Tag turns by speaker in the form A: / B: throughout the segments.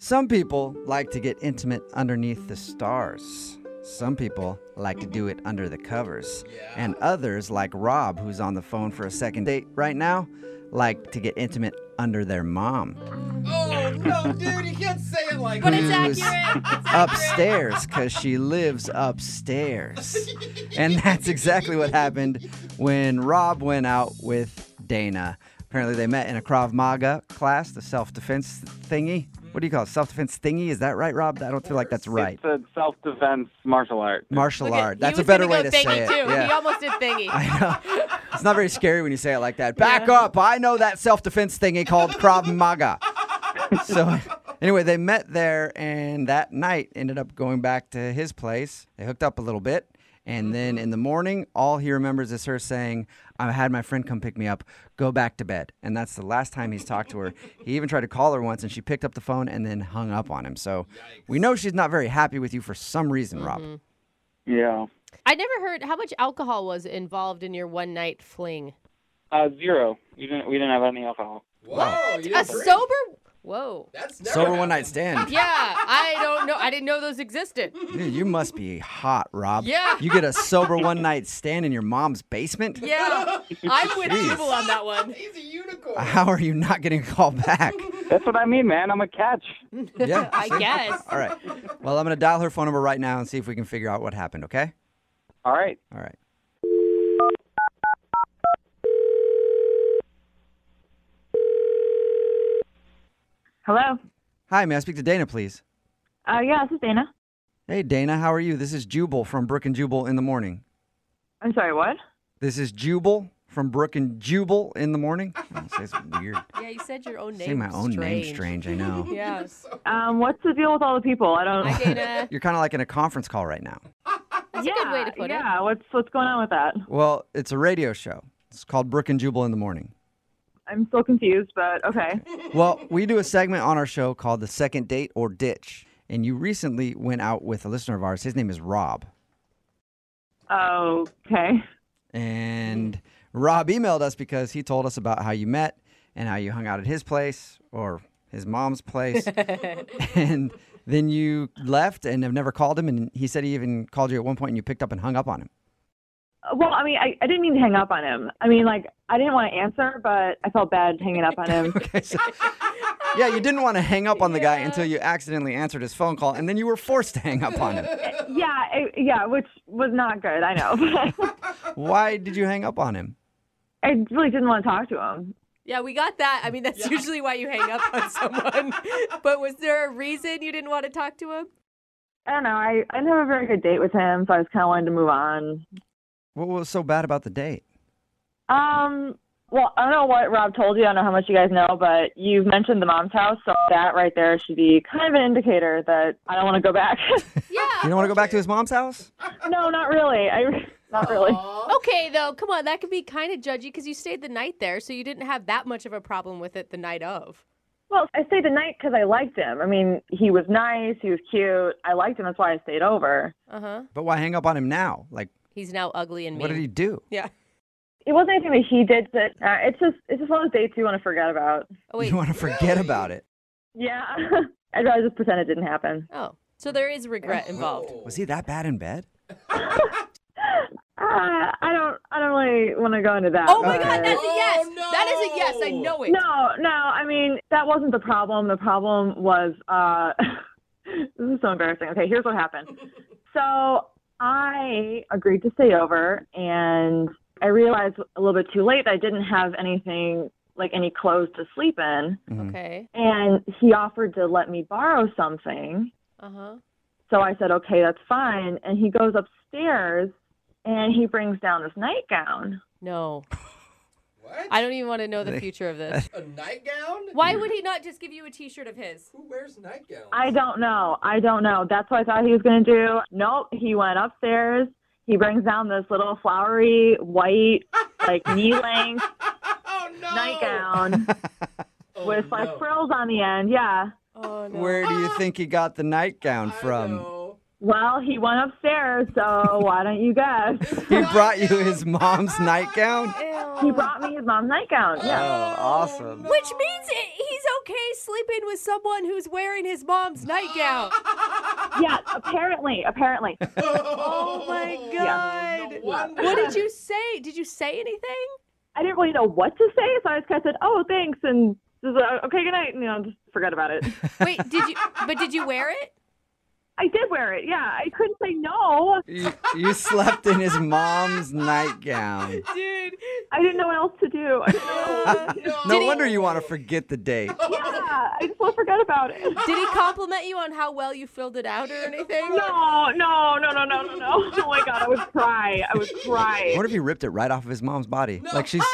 A: Some people like to get intimate underneath the stars. Some people like to do it under the covers. And others, like Rob, who's on the phone for a second date right now, like to get intimate under their mom,
B: Oh no, dude, you can't say it like
C: But it's
A: Who's-
C: accurate. It's accurate.
A: upstairs, because she lives upstairs. And that's exactly what happened when Rob went out with Dana. Apparently, they met in a Krav Maga class, the self defense thingy. What do you call it? Self defense thingy? Is that right, Rob? I don't feel like that's right.
D: It's a self-defense martial art.
A: Martial
C: Look at-
A: art.
C: he
A: That's a
C: was gonna
A: better way
C: go
A: to
C: thingy
A: say it.
C: Too.
A: Yeah.
C: He almost did thingy.
A: I know. It's not very scary when you say it like that. Back up. I know that self defense thingy called Krav Maga. so, anyway, they met there and that night ended up going back to his place. They hooked up a little bit. And then in the morning, all he remembers is her saying, I had my friend come pick me up, go back to bed. And that's the last time he's talked to her. He even tried to call her once and she picked up the phone and then hung up on him. So we know she's not very happy with you for some reason, Rob.
D: Yeah.
C: I never heard how much alcohol was involved in your one night fling.
D: Uh, zero. You didn't. We didn't have any alcohol.
B: Whoa,
A: What?
B: you
C: A
B: didn't break.
C: sober. Whoa.
B: That's never
A: Sober one
B: happened.
A: night stand.
C: Yeah, I don't know. I didn't know those existed.
A: Dude, you must be hot, Rob.
C: Yeah.
A: You get a sober one night stand in your mom's basement?
C: Yeah, I'm with
A: Jeez.
C: Jubal on that one.
B: He's a unicorn.
A: How are you not getting a call back?
D: That's what I mean, man. I'm a catch.
A: Yeah.
C: I
A: see?
C: guess.
A: All right. Well, I'm going to dial her phone number right now and see if we can figure out what happened, okay?
D: All right.
A: All right.
E: Hello.
A: Hi, may I speak to Dana, please?
E: Uh, yeah, this is Dana.
A: Hey, Dana, how are you? This is Jubal from Brook and Jubal in the Morning.
E: I'm sorry, what?
A: This is Jubal from Brook and Jubal in the Morning. I say it's weird.
C: Yeah, you said your own name.
A: Say my own
C: strange.
A: name strange, I know.
C: Yeah.
E: Um, what's the deal with all the people? I don't.
C: Hi, Dana.
A: You're kind of like in a conference call right now.
C: That's a good way to put it.
E: Yeah, what's what's going on with that?
A: Well, it's a radio show. It's called Brook and Jubal in the Morning.
E: I'm still confused, but okay.
A: Well, we do a segment on our show called The Second Date or Ditch. And you recently went out with a listener of ours. His name is Rob.
E: Okay.
A: And Rob emailed us because he told us about how you met and how you hung out at his place or his mom's place. and then you left and have never called him. And he said he even called you at one point and you picked up and hung up on him.
E: Uh, Well, I mean, I, I didn't mean to hang up on him. I mean, like, I didn't want to answer, but I felt bad hanging up on him.
A: Okay. So, yeah, you didn't want to hang up on the guy until you accidentally answered his phone call. And then you were forced to hang up on him.
E: yeah, I, yeah, which was not good. I know.
A: Why did you hang up on him?
E: I really didn't want to talk to him.
C: Yeah, we got that. I mean, that's usually why you hang up on someone. but was there a reason you didn't want to talk to him?
E: I don't know. I, I didn't have a very good date with him, so I was kind of wanting to move on.
A: What was so bad about the date?
E: Um, well, I don't know what Rob told you. I don't know how much you guys know, but you've mentioned the mom's house, so that right there should be kind of an indicator that I don't want to go back.
A: You
C: Yeah.
A: don't want to go back to his mom's house?
E: no, not really. I not really.
B: Oh.
C: Okay, though, come on. That could be kind of judgy because you stayed the night there, so you didn't have that much of a problem with it the night of.
E: Well, I stayed the night because I liked him. I mean, he was nice. He was cute. I liked him. That's why I stayed over.
C: Uh huh.
A: But why hang up on him now? Like,
C: He's now ugly and mean.
A: what did he do?
C: Yeah.
E: It wasn't anything that he did, but uh, it's just it's just one of those dates you want to forget about.
C: Oh wait.
A: you want to forget about it.
E: Yeah, I'd rather just pretend it didn't happen.
C: Oh, so there is regret involved.
A: Was he that bad in bed?
E: Uh, I don't I don't really want to go into that.
C: Oh my
E: but-
C: God, that's a
B: Oh,
C: yes. That is a yes. I
B: no.
C: know it.
E: No, no. I mean, that wasn't the problem. The problem was uh, this is so embarrassing. Okay, here's what happened. So I agreed to stay over, and I realized a little bit too late that I didn't have anything like any clothes to sleep in.
C: Okay.
E: And he offered to let me borrow something.
C: Uh huh.
E: So I said, okay, that's fine. And he goes upstairs and he brings down this nightgown.
C: No.
B: What?
C: I don't even want to know the future of this.
B: A nightgown?
C: Why would he not just give you a T-shirt of his?
B: Who wears nightgowns?
E: I don't know. I don't know. That's what I thought he was going to do. Nope. He went upstairs. He brings down this little flowery white, like knee length
B: oh no.
E: nightgown
B: Oh,
E: with like
B: no.
E: frills on the end. Yeah.
C: Oh no.
A: Where do you think he got the nightgown
B: I
A: from?
B: know.
E: Well, he went upstairs, so why don't you guess?
A: He brought you his mom's nightgown?
E: He brought me his mom's nightgown.
A: Oh,
E: Yeah.
A: awesome.
C: Which means it, he's okay sleeping with someone who's wearing his mom's nightgown.
E: Yeah. Apparently. Apparently.
C: Oh my
B: Yeah.
C: god.
B: No wonder.
C: What did you say? Did you say anything?
E: I didn't really know what to say, so I just kind of said, "Oh, thanks," and just, uh, okay, good night. And, you know, just forgot about it.
C: Wait, did you but did you wear it?
E: I did wear it. Yeah, I couldn't say no.
A: You, you slept in his mom's nightgown.
C: Dude.
E: I didn't know what else to do. I didn't know what else to do.
A: No wonder you want to forget the date.
E: yeah, I just forgot about it.
C: Did he compliment you on how well you filled it out or anything?
E: No, no, no, no, no, no, no. Oh my god, I would cry. I would
A: I
E: cry.
A: wonder if he ripped it right off of his mom's body. Like she's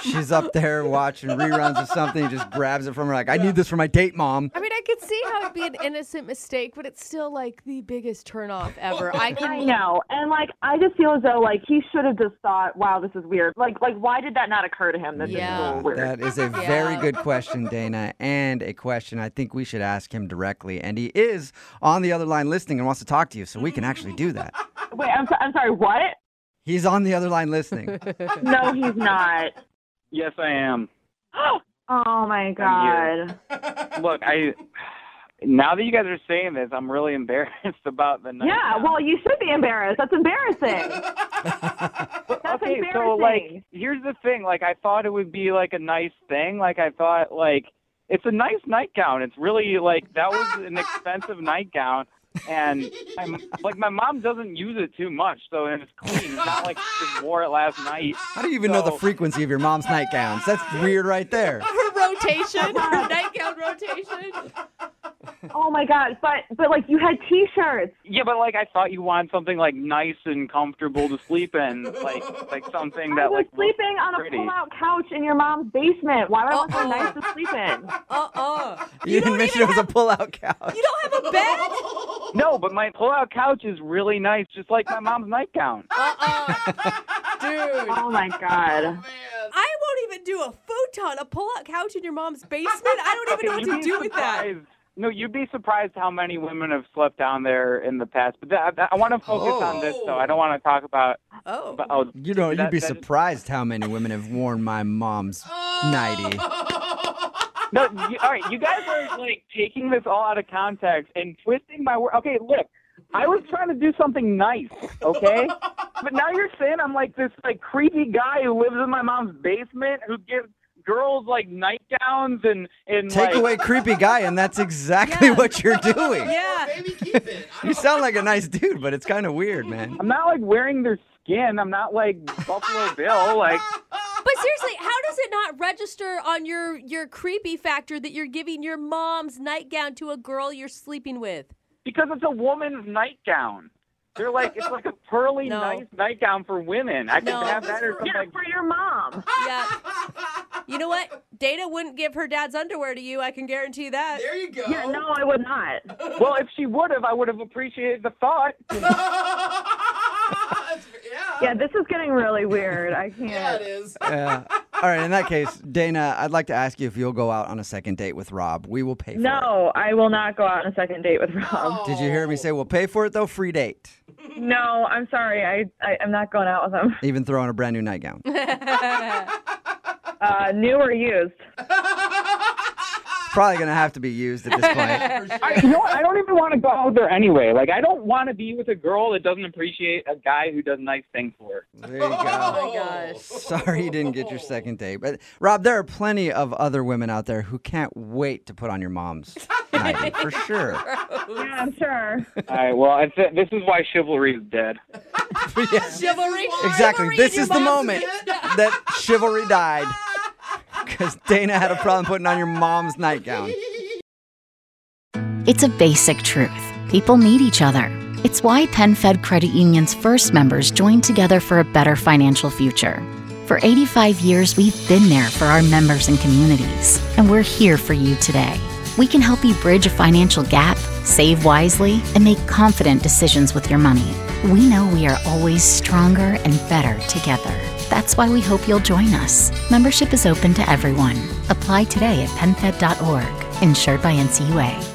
A: she's up there watching reruns of something, he just grabs it from her like, I need this for my date, mom.
C: I mean, I could see how it'd be an innocent mistake, but it's still like the biggest turnoff ever. I
E: I
C: can
E: know, and like I just feel as though like he should have just thought, "Wow, this is weird." Like, like why did that not occur to him? That this is a
C: Yeah.
E: little weird.
A: That is a very
C: Yeah.
A: good question, Dana, and a question I think we should ask him directly. And he is on the other line listening and wants to talk to you, so we can actually do that.
E: Wait, I'm, so- I'm sorry. What?
A: He's on the other line listening.
E: No, he's not.
D: Yes, I am.
E: Oh my
D: I'm
E: god.
D: Look, I. Now that you guys are saying this, I'm really embarrassed about the night.
E: Yeah, well, you should be embarrassed. That's embarrassing. That's
D: okay,
E: embarrassing.
D: so like, here's the thing. Like, I thought it would be like a nice thing. Like, I thought like it's a nice nightgown. It's really like that was an expensive nightgown, and I'm, like my mom doesn't use it too much, so and it's clean. It's not like she just wore it last night.
A: How do you even know the
D: So-
A: frequency of your mom's nightgowns? That's weird right there.
C: her rotation, her nightgown rotation.
E: oh my god, but but like you had t-shirts.
D: Yeah, but like I thought you wanted something like nice and comfortable to sleep in, like like something
E: I
D: that
E: was
D: like looked
E: sleeping on a
D: pretty.
E: pull-out couch in your mom's basement. Why would I want
C: Uh-oh.
E: something nice to sleep in?
C: Uh-uh.
A: You, didn't mention it was a pull-out couch.
C: You don't have a bed?
D: No, but my pull-out couch is really nice, just like my mom's nightgown.
C: Uh-uh. Dude.
E: Oh my god.
C: I won't even do a futon, a pull-out couch in your mom's basement. I don't even know
D: Okay,
C: what
D: you'd be
C: to do with that.
D: surprised- No, you'd be surprised how many women have slept down there in the past. But that, I, I want to focus on this, though. I don't want to talk about.
C: Oh.
D: about oh,
A: You know, you'd
D: that-
A: be
D: that is-
A: surprised how many women have worn my mom's nighty.
D: No, you, all right, you guys are like taking this all out of context and twisting my word. Okay, look, I was trying to do something nice, okay? but now you're saying I'm like this like creepy guy who lives in my mom's basement who gives girls like nightgowns and and
A: Take
D: like,
A: away creepy guy, and that's exactly
C: Yeah.
A: what you're doing.
C: Yeah.
B: Maybe keep it. I
A: You
B: don't-
A: sound like a nice dude, but it's kind of weird, man.
D: I'm not like wearing their skin. I'm not like Buffalo Bill. Like,
C: But seriously, how does it not register on your your creepy factor that you're giving your mom's nightgown to a girl you're sleeping with?
D: because it's a woman's nightgown. They're like, it's like a pearly,
C: No.
D: nice nightgown for women. I could
C: No.
D: have that or something
E: Yeah,
D: like
E: for your mom.
C: Yeah. You know what? Dana wouldn't give her dad's underwear to you. I can guarantee that.
B: There you go.
E: Yeah, no, I would not.
D: Well, if she would have, I would have appreciated the thought.
B: yeah.
E: Yeah, this is getting really weird. I can't.
B: Yeah, it is.
A: Yeah. All right. In that case, Dana, I'd like to ask you if you'll go out on a second date with Rob. We will pay for it.
E: No, I will not go out on a second date with
D: Oh.
E: Rob.
A: Did you hear me say we'll pay for it though? Free date.
E: No, I'm sorry. I, I I'm not going out with him.
A: Even throwing a brand new nightgown.
E: Uh, new or used.
A: Probably gonna have to be used at this point.
D: I, you know what? I don't even want to go out there anyway. Like, I don't want to be with a girl that doesn't appreciate a guy who does nice things for her.
A: There you go.
C: Oh my gosh.
A: Sorry you didn't get your second date. But Rob, there are plenty of other women out there who can't wait to put on your mom's nightie, for sure.
E: Yeah, I'm sure.
D: All right. Well, I th- this is why chivalry is dead.
A: Yeah.
C: Chivalry.
A: Exactly.
C: chivalry
A: This
C: in your
A: is the
C: mom's
A: moment that chivalry died. Because Dana had a problem putting on your mom's nightgown.
F: It's a basic truth. People need each other. It's why PenFed Credit Union's first members joined together for a better financial future. For 85 years, we've been there for our members and communities, and we're here for you today. We can help you bridge a financial gap, save wisely, and make confident decisions with your money. We know we are always stronger and better together. That's why we hope you'll join us. Membership is open to everyone. Apply today at penfed.org, insured by NCUA.